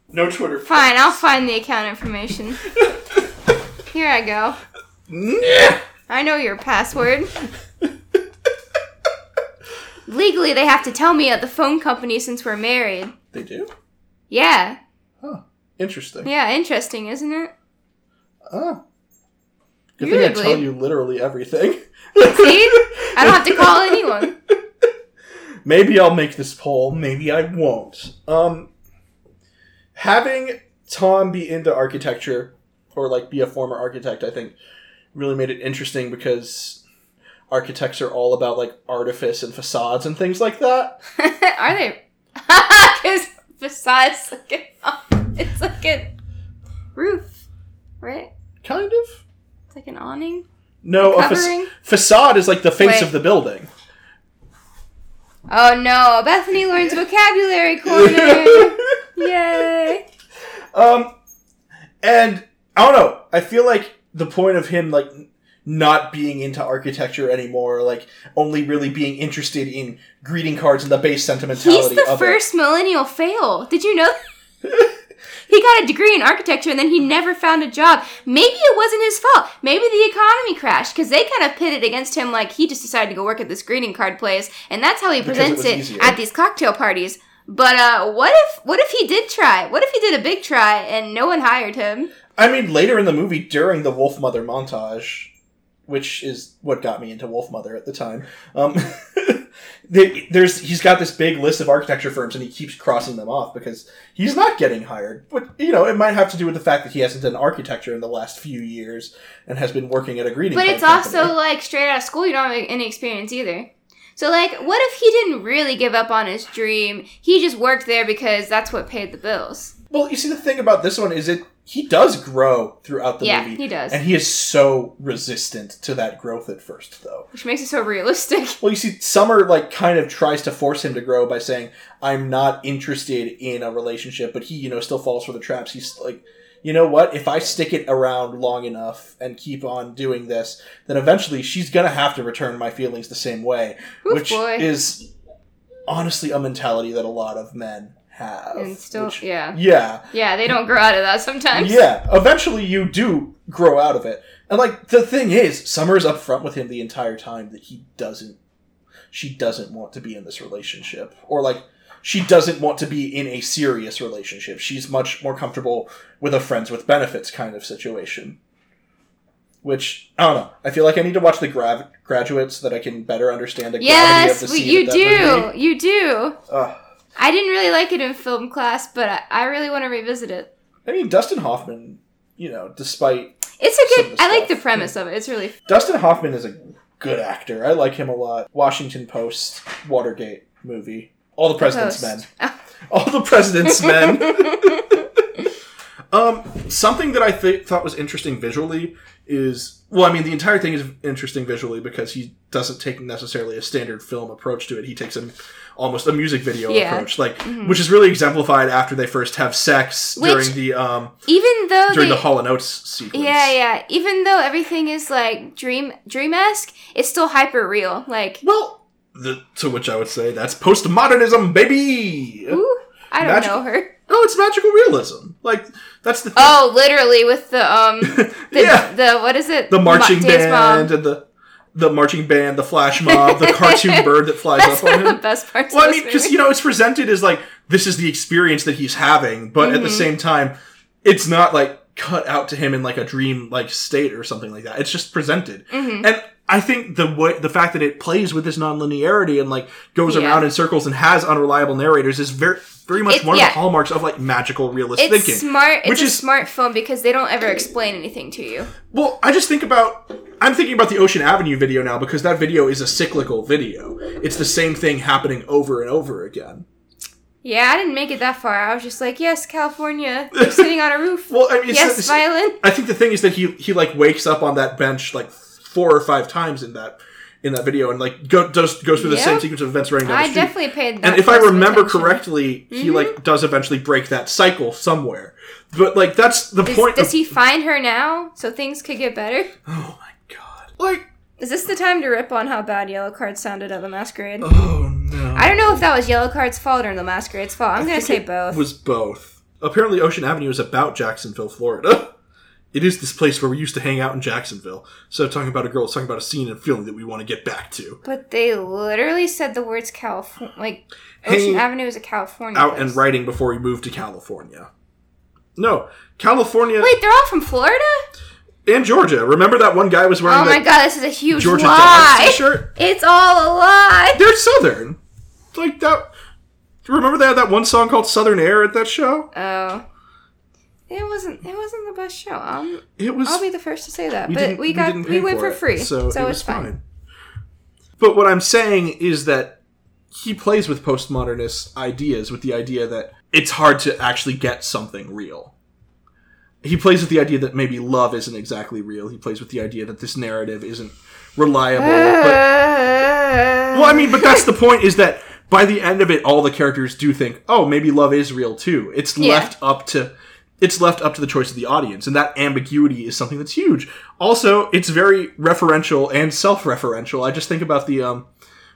Speaker 2: no Twitter. poll.
Speaker 1: Fine, I'll find the account information. Here I go.
Speaker 2: Nyeh.
Speaker 1: I know your password. Legally, they have to tell me at the phone company since we're married.
Speaker 2: They do.
Speaker 1: Yeah.
Speaker 2: Interesting.
Speaker 1: Yeah, interesting, isn't it?
Speaker 2: Oh. Good
Speaker 1: You're
Speaker 2: thing I
Speaker 1: ugly.
Speaker 2: tell you literally everything.
Speaker 1: See? I don't have to call anyone.
Speaker 2: Maybe I'll make this poll. Maybe I won't. Um, having Tom be into architecture or like be a former architect, I think, really made it interesting because architects are all about like artifice and facades and things like that.
Speaker 1: Are they? Because besides, like, an- it's like a roof, right?
Speaker 2: Kind of.
Speaker 1: It's like an awning
Speaker 2: No, a fac-
Speaker 1: covering.
Speaker 2: facade is like the face
Speaker 1: Wait.
Speaker 2: of the building.
Speaker 1: Oh no, Bethany learns vocabulary corner. Yay!
Speaker 2: Um, and I don't know. I feel like the point of him like not being into architecture anymore, like only really being interested in greeting cards and the base
Speaker 1: He's
Speaker 2: sentimentality
Speaker 1: the
Speaker 2: of
Speaker 1: first millennial fail. Did you know? he got a degree in architecture and then he never found a job. Maybe it wasn't his fault. Maybe the economy crashed because they kind of pitted against him. Like he just decided to go work at this greeting card place, and that's how he
Speaker 2: Because it
Speaker 1: presents
Speaker 2: was
Speaker 1: it,
Speaker 2: easier.
Speaker 1: at these cocktail parties. But uh, what if what if he did try? What if he did a big try and no one hired him?
Speaker 2: it. I mean, later in the movie, during the Wolf Mother montage, which is what got me into Wolf Mother at the time. Um, they- there's he's got this big list of architecture firms, and he keeps crossing them off because he's not getting hired. But you know, it might have to do with the fact that he hasn't done architecture in the last few years and has been working at a greeting.
Speaker 1: But
Speaker 2: card
Speaker 1: it's also
Speaker 2: company.
Speaker 1: like straight out of school, you don't have any experience either. So like, what if he didn't really give up on his dream? He just worked there because that's what paid the bills.
Speaker 2: well, you see, the thing about this one is it he does grow throughout the
Speaker 1: yeah,
Speaker 2: movie.
Speaker 1: he does,
Speaker 2: and he is so resistant to that growth at first, though.
Speaker 1: which makes it so realistic.
Speaker 2: Well, you see, Summer like kind of tries to force him to grow by saying, "I'm not interested in a relationship," but he, you know, still falls for the traps. He's like, "You know what? If I stick it around long enough and keep on doing this, then eventually she's gonna have to return my feelings the same way,"
Speaker 1: Oof,
Speaker 2: which
Speaker 1: boy.
Speaker 2: is honestly a mentality that a lot of men have.
Speaker 1: and still,
Speaker 2: uh, which-
Speaker 1: yeah,
Speaker 2: yeah,
Speaker 1: yeah, they don't grow out of that sometimes.
Speaker 2: yeah. Eventually, you do grow out of it. And like the thing is, Summer's up front with him the entire time that he doesn't, she doesn't want to be in this relationship, or like she doesn't want to be in a serious relationship. She's much more comfortable with a friends with benefits kind of situation. Which I don't know. I feel like I need to watch the grav- graduate so that I can better understand the gravity of
Speaker 1: Yes,
Speaker 2: the
Speaker 1: we,
Speaker 2: scene.
Speaker 1: you
Speaker 2: of that
Speaker 1: do,
Speaker 2: movie.
Speaker 1: you do.
Speaker 2: Ugh.
Speaker 1: I didn't really like it in film class, but I, I really want to revisit it.
Speaker 2: I mean, Dustin Hoffman. You know, despite
Speaker 1: It's a
Speaker 2: Some
Speaker 1: good.
Speaker 2: of the
Speaker 1: I like the
Speaker 2: stuff.
Speaker 1: premise of it. It's really.
Speaker 2: Dustin Hoffman is a good actor. I like him a lot. Washington Post, Watergate movie, All the President's
Speaker 1: Post.
Speaker 2: Men, All the President's Men. Um, something that I th- thought was interesting visually is well, I mean, the entire thing is interesting visually because he doesn't take necessarily a standard film approach to it. He takes a almost a music video
Speaker 1: Yeah. Mm-hmm.
Speaker 2: approach, like which is really exemplified after they first have sex
Speaker 1: Which-
Speaker 2: during the um
Speaker 1: Even though
Speaker 2: during
Speaker 1: they,
Speaker 2: the Hall and Oates sequence.
Speaker 1: Yeah, yeah. Even though everything is like dream dream esque, it's still hyper real. Like,
Speaker 2: Well, the, to which I would say that's postmodernism, baby.
Speaker 1: ooh, I don't
Speaker 2: Magical-
Speaker 1: know her.
Speaker 2: No, it's magical realism. Like that's the thing.
Speaker 1: Oh, literally with the um, the,
Speaker 2: yeah,
Speaker 1: the what is it?
Speaker 2: the
Speaker 1: Ma-
Speaker 2: marching
Speaker 1: dance
Speaker 2: band
Speaker 1: mom.
Speaker 2: and the the marching band, the flash mob, the cartoon bird that flies
Speaker 1: That's
Speaker 2: up on
Speaker 1: one of the
Speaker 2: him.
Speaker 1: best parts.
Speaker 2: Well, I
Speaker 1: of this
Speaker 2: mean, because
Speaker 1: movie.
Speaker 2: you know, it's presented as like this is the experience that he's having, but at the
Speaker 1: Mhm.
Speaker 2: same time, it's not like cut out to him in like a dream like state or something like that. It's just presented.
Speaker 1: Mhm.
Speaker 2: And I think the way the fact that it plays with this nonlinearity and like goes
Speaker 1: Yeah.
Speaker 2: around in circles and has unreliable narrators is very very much
Speaker 1: It's-
Speaker 2: one
Speaker 1: yeah.
Speaker 2: of the hallmarks of like magical realist
Speaker 1: It's
Speaker 2: thinking.
Speaker 1: smart. It's
Speaker 2: which
Speaker 1: a
Speaker 2: is-
Speaker 1: smart film because they don't ever explain anything to you.
Speaker 2: Well, I just think about I'm thinking about the Ocean Avenue video now because that video is a cyclical video. It's the same thing happening over and over again.
Speaker 1: Yeah, I didn't make it that far. I was just like, yes, California, you're sitting on a roof.
Speaker 2: Well, I mean, it's,
Speaker 1: yes,
Speaker 2: it's-
Speaker 1: violin.
Speaker 2: I think the thing is that he he like wakes up on that bench like four or five times in that in that video and like go, does goes through the same
Speaker 1: Yep.
Speaker 2: sequence of events running down the
Speaker 1: I
Speaker 2: street.
Speaker 1: definitely paid. That
Speaker 2: and if I
Speaker 1: close of
Speaker 2: remember
Speaker 1: attention. Mm-hmm.
Speaker 2: correctly, he like does eventually break that cycle somewhere. But like that's the
Speaker 1: does,
Speaker 2: point.
Speaker 1: does
Speaker 2: of,
Speaker 1: he find her now so things could get better?
Speaker 2: Oh my god! Like
Speaker 1: Is this the time to rip on how bad Yellow Card sounded at the Masquerade?
Speaker 2: oh no!
Speaker 1: I don't know if that was Yellow Card's fault or the Masquerade's fault. I'm gonna say
Speaker 2: think
Speaker 1: both.
Speaker 2: It was both. Apparently, Ocean Avenue is about Jacksonville, Florida. It is this place where we used to hang out in Jacksonville. So talking about a girl, it's talking about a scene and feeling that we want to get back to.
Speaker 1: but they literally said the words California, like Ocean
Speaker 2: Hanging
Speaker 1: Avenue is a California.
Speaker 2: Out
Speaker 1: place.
Speaker 2: and writing before we moved to California. No, California
Speaker 1: Wait, they're all from Florida?
Speaker 2: and Georgia. Remember that one guy was wearing
Speaker 1: Oh my
Speaker 2: that
Speaker 1: god, this is a huge
Speaker 2: Georgia Dogs
Speaker 1: lie.
Speaker 2: t-shirt?
Speaker 1: It's all a lie.
Speaker 2: They're Southern. Like that. Remember they had that one song called Southern Air at that show?
Speaker 1: Oh. It wasn't. It wasn't the best show. Um,
Speaker 2: It was
Speaker 1: I'll be the first to say that.
Speaker 2: we
Speaker 1: but
Speaker 2: didn't-
Speaker 1: we got
Speaker 2: didn't
Speaker 1: we
Speaker 2: pay
Speaker 1: went for
Speaker 2: it,
Speaker 1: free, so,
Speaker 2: it
Speaker 1: it's fine.
Speaker 2: But what I'm saying is that he plays with postmodernist ideas with the idea that it's hard to actually get something real. He plays with the idea that maybe love isn't exactly real. He plays with the idea that this narrative isn't reliable. but
Speaker 1: Uh,
Speaker 2: well, I mean, but that's the point is that by the end of it, all the characters do think, oh, maybe love is real too. It's
Speaker 1: Yeah.
Speaker 2: left up to it's left up to the choice of the audience, and that ambiguity is something that's huge. Also, it's very referential and self-referential. I just think about the um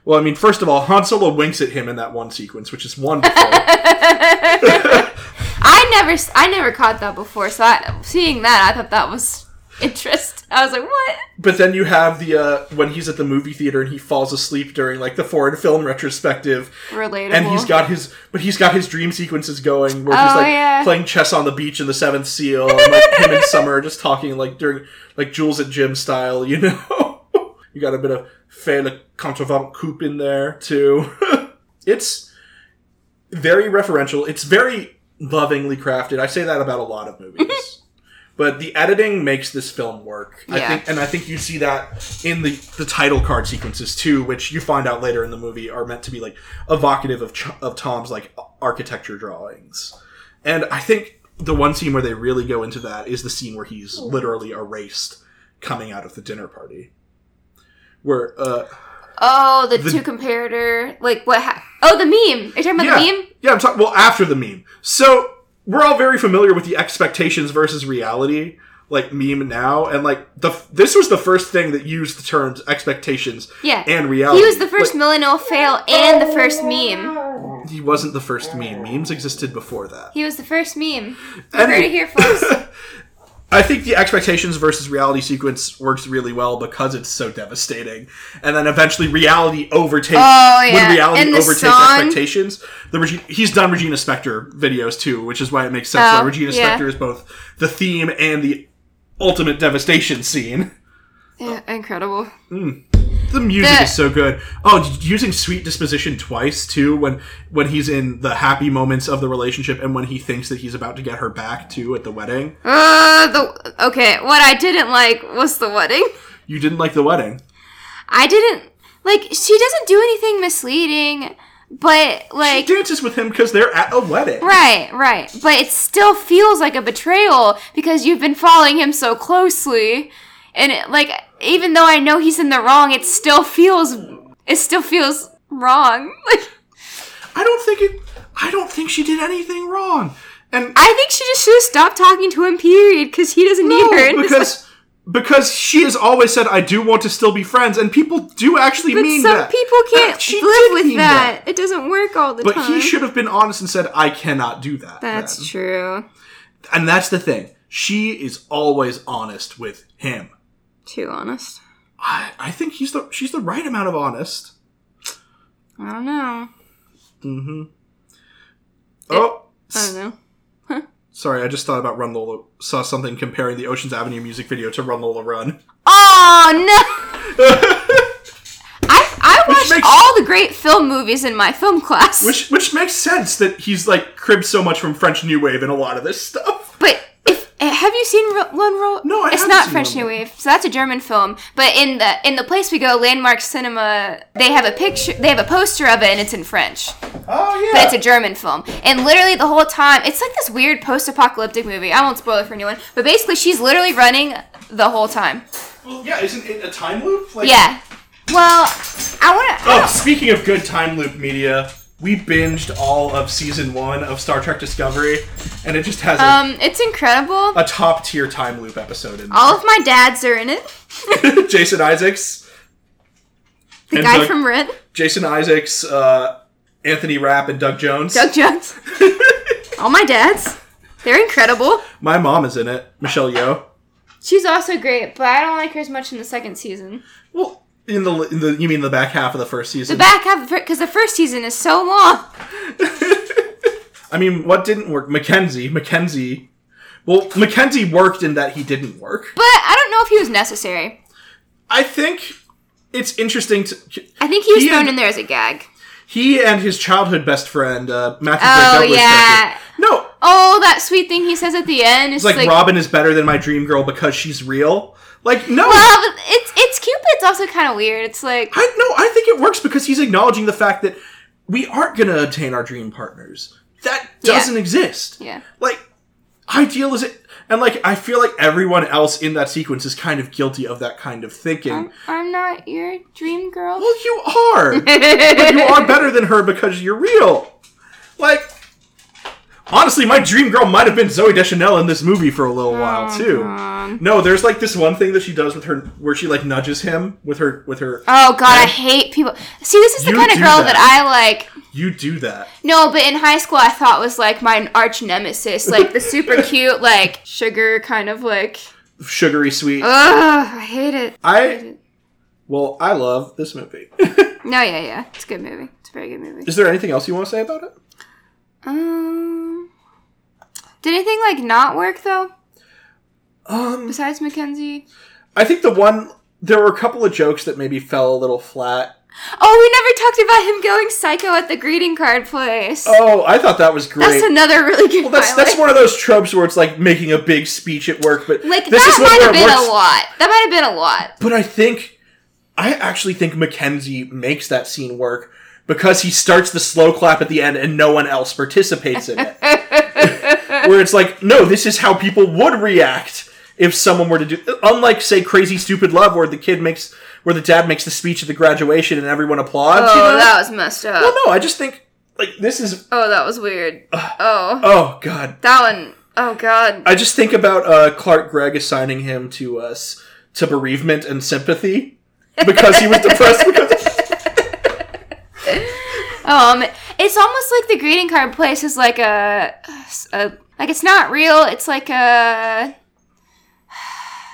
Speaker 2: well, I mean, first of all, Han Solo winks at him in that one sequence, which is wonderful.
Speaker 1: I never s- I never caught that before. So I, seeing that, I thought that was interesting. I was like, what?
Speaker 2: But then you have the uh, when he's at the movie theater and he falls asleep during like the foreign film retrospective,
Speaker 1: Relatable.
Speaker 2: and he's got his but he's got his dream sequences going where he's
Speaker 1: Oh,
Speaker 2: like
Speaker 1: yeah.
Speaker 2: playing chess on the beach in the Seventh Seal, and like him and Summer are just talking like during like Jules at Gym style, you know. you got a bit of fait le contrevent coupe in there too. it's very referential. It's very lovingly crafted. I say that about a lot of movies. But the editing makes this film work. I
Speaker 1: Yeah.
Speaker 2: think and I think you see that in the, the title card sequences too, which you find out later in the movie are meant to be like evocative of, Ch- of Tom's like architecture drawings. And I think the one scene where they really go into that is the scene where he's literally erased coming out of the dinner party. Where uh
Speaker 1: oh, the,
Speaker 2: the-
Speaker 1: two comparator. Like what? Ha- oh, the meme. Are you talking about
Speaker 2: yeah,
Speaker 1: the meme?
Speaker 2: yeah, I'm talking well after the meme. So we're all very familiar with the expectations versus reality like meme now and like the this was the first thing that used the terms expectations
Speaker 1: Yeah.
Speaker 2: and uh, reality.
Speaker 1: He was the first millennial fail and the first meme.
Speaker 2: Like, he wasn't the first meme. Memes existed before that.
Speaker 1: He was the first meme. You
Speaker 2: Anyway.
Speaker 1: heard it here, folks.
Speaker 2: I think the expectations versus reality sequence works really well because it's so devastating. And then eventually reality overtakes
Speaker 1: Oh, yeah.
Speaker 2: when reality
Speaker 1: And the
Speaker 2: overtakes
Speaker 1: song-
Speaker 2: expectations. The Regi- he's done Regina Spektor videos too, which is why it makes sense
Speaker 1: Oh,
Speaker 2: why Regina
Speaker 1: yeah.
Speaker 2: Spektor is both the theme and the ultimate devastation scene.
Speaker 1: yeah, incredible.
Speaker 2: The music
Speaker 1: The-
Speaker 2: is so good. Oh, using sweet disposition twice too when when he's in the happy moments of the relationship and when he thinks that he's about to get her back too at the wedding.
Speaker 1: Uh, the okay. What I didn't like was the wedding.
Speaker 2: You didn't like the wedding.
Speaker 1: I didn't like. She doesn't do anything misleading, but like.
Speaker 2: she dances with him because they're at a wedding.
Speaker 1: Right, right. But it still feels like a betrayal because you've been following him so closely. And it, like even though I know he's in the wrong, it still feels it still feels wrong. Like
Speaker 2: I don't think it. I don't think she did anything wrong. And
Speaker 1: I think she just should have stopped talking to him period cuz he doesn't need her. in
Speaker 2: no,
Speaker 1: his life.
Speaker 2: because because she has always said, "I do want to still be friends," and people do actually
Speaker 1: but
Speaker 2: mean
Speaker 1: some
Speaker 2: that.
Speaker 1: people can't
Speaker 2: She
Speaker 1: live
Speaker 2: did
Speaker 1: with
Speaker 2: mean
Speaker 1: that. It doesn't work all the
Speaker 2: But
Speaker 1: time.
Speaker 2: he should have been honest and said, "I cannot do that."
Speaker 1: That's
Speaker 2: then."
Speaker 1: true.
Speaker 2: and that's the thing. She is always honest with him.
Speaker 1: Too honest.
Speaker 2: I, I think he's the she's the right amount of honest.
Speaker 1: I don't know.
Speaker 2: Mm-hmm. Oh,
Speaker 1: I don't know.
Speaker 2: sorry. I just thought about Run Lola. Saw something comparing the Ocean's Avenue music video to Run Lola Run.
Speaker 1: Oh no. I, I
Speaker 2: Which
Speaker 1: watched
Speaker 2: makes-
Speaker 1: all the great film movies in my film class.
Speaker 2: Which which makes sense that he's like cribbed so much from French New Wave and a lot of this stuff.
Speaker 1: but if eh, have you seen Ro- Lone Ro-
Speaker 2: No, I
Speaker 1: it's
Speaker 2: haven't
Speaker 1: not
Speaker 2: seen
Speaker 1: French
Speaker 2: Lone
Speaker 1: New
Speaker 2: Wolf.
Speaker 1: Wave, so that's a German film. But in the in the place we go, Landmark Cinema, they have a picture, they have a poster of it, and it's in French.
Speaker 2: Oh
Speaker 1: But it's a German film, and literally the whole time, it's like this weird post-apocalyptic movie. I won't spoil it for anyone, but basically, she's literally running the whole time.
Speaker 2: well, yeah, isn't it a time loop? Like,
Speaker 1: Yeah. Well, I want to.
Speaker 2: Oh, speaking of good time loop media, we binged all of season one of Star Trek Discovery, and it just has a,
Speaker 1: Um, it's incredible.
Speaker 2: a top tier time loop episode in
Speaker 1: All of my dads are in it.
Speaker 2: there. Jason Isaacs,
Speaker 1: The
Speaker 2: And
Speaker 1: guy
Speaker 2: Doug-
Speaker 1: from Rent,
Speaker 2: Jason Isaacs, uh, Anthony Rapp, and Doug Jones.
Speaker 1: Doug Jones. All my dads. They're incredible.
Speaker 2: My mom is in it. Michelle Yeoh.
Speaker 1: She's also great, but I don't like her as much in the second season.
Speaker 2: Well, in the, in the you mean the back half of the first
Speaker 1: The
Speaker 2: season?
Speaker 1: back half, because the first season is so long.
Speaker 2: I mean, what didn't work? Mackenzie. Mackenzie. Well, Mackenzie worked in that he didn't work.
Speaker 1: But I don't know if he was necessary.
Speaker 2: I think it's interesting to.
Speaker 1: I think he was
Speaker 2: He
Speaker 1: thrown
Speaker 2: and-
Speaker 1: in there as a gag.
Speaker 2: He and his childhood best friend, uh, Matthew
Speaker 1: Oh,
Speaker 2: Fred Douglas.
Speaker 1: yeah.
Speaker 2: No,
Speaker 1: Oh, that sweet thing he says at the end. It's
Speaker 2: It's like,
Speaker 1: like,
Speaker 2: Robin is better than my dream girl because she's real. Like no,
Speaker 1: well, but it's it's Cupid's also kind of weird. It's like
Speaker 2: I no, I think it works because he's acknowledging the fact that we aren't going to obtain our dream partners. That
Speaker 1: Yeah.
Speaker 2: doesn't exist.
Speaker 1: yeah,
Speaker 2: Like ideal is it and like I feel like everyone else in that sequence is kind of guilty of that kind of thinking.
Speaker 1: I'm, I'm not your dream girl.
Speaker 2: well, you are. you are better than her because you're real. Like, honestly, my dream girl might have been Zoe Deschanel in this movie for a little while too. No, there's like this one thing that she does with her, where she like nudges him with her with her.
Speaker 1: Oh god, I hate people. See, this is the
Speaker 2: You
Speaker 1: kind of
Speaker 2: do
Speaker 1: girl
Speaker 2: that.
Speaker 1: that I like.
Speaker 2: You do that.
Speaker 1: No, but in high school, I thought was like my arch nemesis, like the super cute, like sugar kind of like.
Speaker 2: sugary sweet.
Speaker 1: Ugh, I hate it.
Speaker 2: I well, I love this movie.
Speaker 1: No, yeah, yeah, it's a good movie. It's a very good movie.
Speaker 2: Is there anything else you want to say about it?
Speaker 1: Um, did anything like not work though?
Speaker 2: Um,
Speaker 1: Besides Mackenzie?
Speaker 2: I think the one there were a couple of jokes that maybe fell a little flat.
Speaker 1: Oh, we never talked about him going psycho at the greeting card place.
Speaker 2: Oh, I thought that was great.
Speaker 1: that's another really good.
Speaker 2: well, that's
Speaker 1: highlight.
Speaker 2: that's one of those tropes where it's like making a big speech at work, but
Speaker 1: Like
Speaker 2: this
Speaker 1: that
Speaker 2: is one
Speaker 1: might have
Speaker 2: where it
Speaker 1: been
Speaker 2: works.
Speaker 1: a lot. That might have been a lot.
Speaker 2: But I think I actually think Mackenzie makes that scene work because he starts the slow clap at the end and no one else participates in it. Where it's like, no, this is how people would react if someone were to do unlike say crazy stupid love where the kid makes where the dad makes the speech at the graduation and everyone applauds. you
Speaker 1: Oh,
Speaker 2: know?
Speaker 1: that was messed up.
Speaker 2: well, no, I just think like this is
Speaker 1: Oh, that was weird. Oh,
Speaker 2: oh god.
Speaker 1: that one. Oh God.
Speaker 2: I just think about uh, Clark Gregg assigning him to us to bereavement and sympathy because he was depressed because
Speaker 1: Um, it's almost like the greeting card place is like a, a like it's not real. It's like a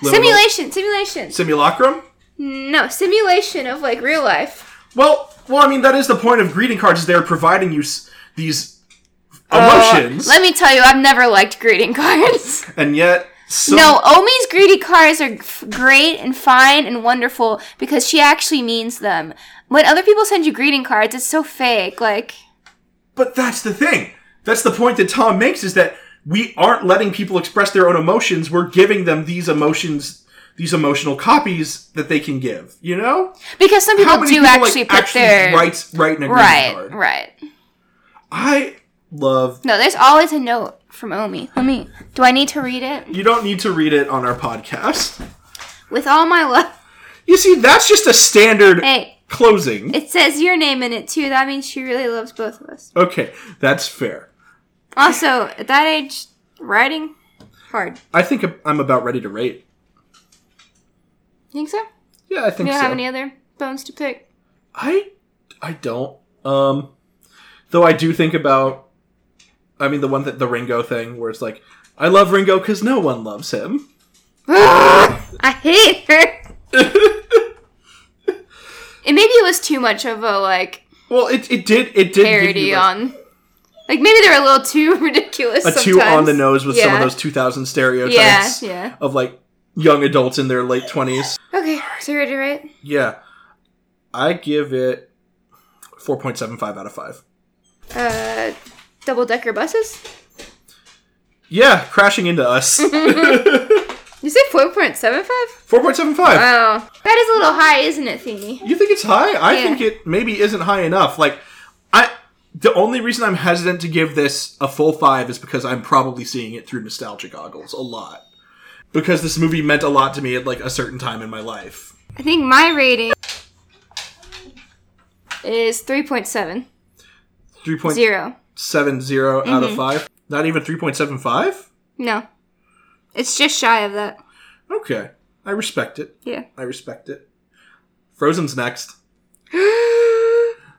Speaker 2: Liminal-
Speaker 1: simulation. Simulation.
Speaker 2: simulacrum.
Speaker 1: No, simulation of like real life.
Speaker 2: Well, well, I mean that is the point of greeting cards. Is they're providing you s- these emotions,
Speaker 1: Oh, let me tell you, I've never liked greeting cards.
Speaker 2: and yet some,
Speaker 1: no, Omi's greeting cards are f- great and fine and wonderful because she actually means them. When other people send you greeting cards, it's so fake. Like,
Speaker 2: But that's the thing. That's the point that Tom makes is that we aren't letting people express their own emotions. We're giving them these emotions, these emotional copies that they can give. You know,
Speaker 1: because some people do actually put their
Speaker 2: write write in a greeting
Speaker 1: right,
Speaker 2: card?
Speaker 1: right.
Speaker 2: I love.
Speaker 1: No, there's always a note from Omi. Let me. Do I need to read it?
Speaker 2: You don't need to read it on our podcast.
Speaker 1: With all my love.
Speaker 2: You see, that's just a standard
Speaker 1: Hey,
Speaker 2: closing.
Speaker 1: it says your name in it too. That means she really loves both of us.
Speaker 2: okay, that's fair.
Speaker 1: Also, at that age, writing hard.
Speaker 2: I think I'm about ready to rate.
Speaker 1: You think so?
Speaker 2: Yeah, I think
Speaker 1: You don't
Speaker 2: so.
Speaker 1: have any other bones to pick?
Speaker 2: I I don't. Um though I do think about I mean the one that the Ringo thing where it's like I love Ringo cuz no one loves him.
Speaker 1: I hate her. and maybe it was too much of a like
Speaker 2: Well, it it did it did give
Speaker 1: parody
Speaker 2: you, like,
Speaker 1: on. Like maybe they're a little too ridiculous.
Speaker 2: a two on the nose with some of
Speaker 1: Yeah.
Speaker 2: those 2000 stereotypes
Speaker 1: sometimes. Yeah, yeah.
Speaker 2: of like young adults in their late 20s.
Speaker 1: Okay, so you're ready to write?
Speaker 2: Yeah. I give it 4.75 out of 5.
Speaker 1: Uh, double decker buses?
Speaker 2: Yeah, crashing into us. 4.75.
Speaker 1: You said 4.75? Wow. Oh, That is a little high, isn't it, Feeny?
Speaker 2: You think it's high? I
Speaker 1: Yeah.
Speaker 2: think it maybe isn't high enough. Like, I the only reason I'm hesitant to give this a full five is because I'm probably seeing it through nostalgia goggles a lot. Because this movie meant a lot to me at like a certain time in my life.
Speaker 1: I think my rating is 3.70.
Speaker 2: Three point seven zero out
Speaker 1: Mm-hmm.
Speaker 2: of five. Not even three point seven five.
Speaker 1: No. It's just shy of that.
Speaker 2: Okay, I respect it.
Speaker 1: Yeah.
Speaker 2: I respect it. Frozen's next.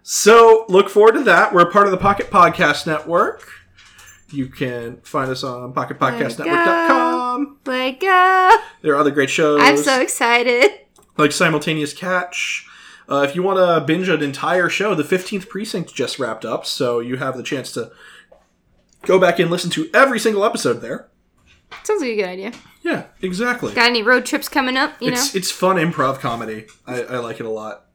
Speaker 2: so look forward to that. We're a part of the Pocket Podcast Network. You can find us on pocketpodcastnetwork.com.
Speaker 1: Like, uh,
Speaker 2: There are other great shows
Speaker 1: I'm so excited.
Speaker 2: like Simultaneous Catch. Uh, if you want to binge an entire show, the 15th Precinct just wrapped up, so you have the chance to go back and listen to every single episode there.
Speaker 1: Sounds like a good idea.
Speaker 2: Yeah, exactly.
Speaker 1: Got any road trips coming up? You know?
Speaker 2: it's it's fun improv comedy. I, I like it a lot.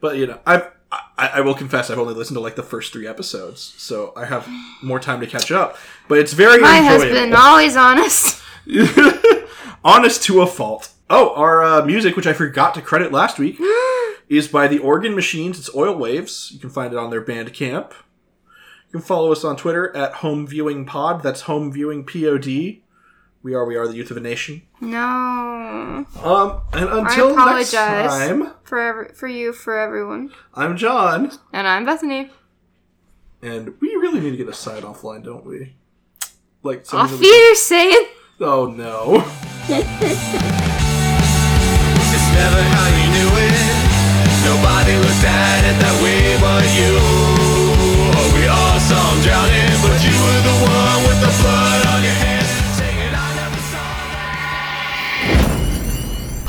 Speaker 2: But you know, I've I, I will confess I've only listened to like the first three episodes, so I have more time to catch up. But it's very
Speaker 1: My husband,
Speaker 2: enjoyable.
Speaker 1: always honest.
Speaker 2: honest to a fault. Oh, our uh, music, which I forgot to credit last week, is by the Organ Machines. It's Oil Waves. You can find it on their Bandcamp. You can follow us on Twitter at Home Viewing Pod. That's Home Viewing Pod. We are, we are the youth of a nation.
Speaker 1: No.
Speaker 2: Um, and until next
Speaker 1: apologize.
Speaker 2: time,
Speaker 1: For, every, for you, for everyone.
Speaker 2: I'm John,
Speaker 1: And I'm Bethany.
Speaker 2: and we really need to get a sign offline, don't we? Like,
Speaker 1: Off
Speaker 2: something that
Speaker 1: you saying.
Speaker 2: we- oh no.
Speaker 3: It's never how you knew it. Nobody looked at it that way but you. Oh, we all saw 'em drowning, but you were the one with the blood on your hands, singing, I never saw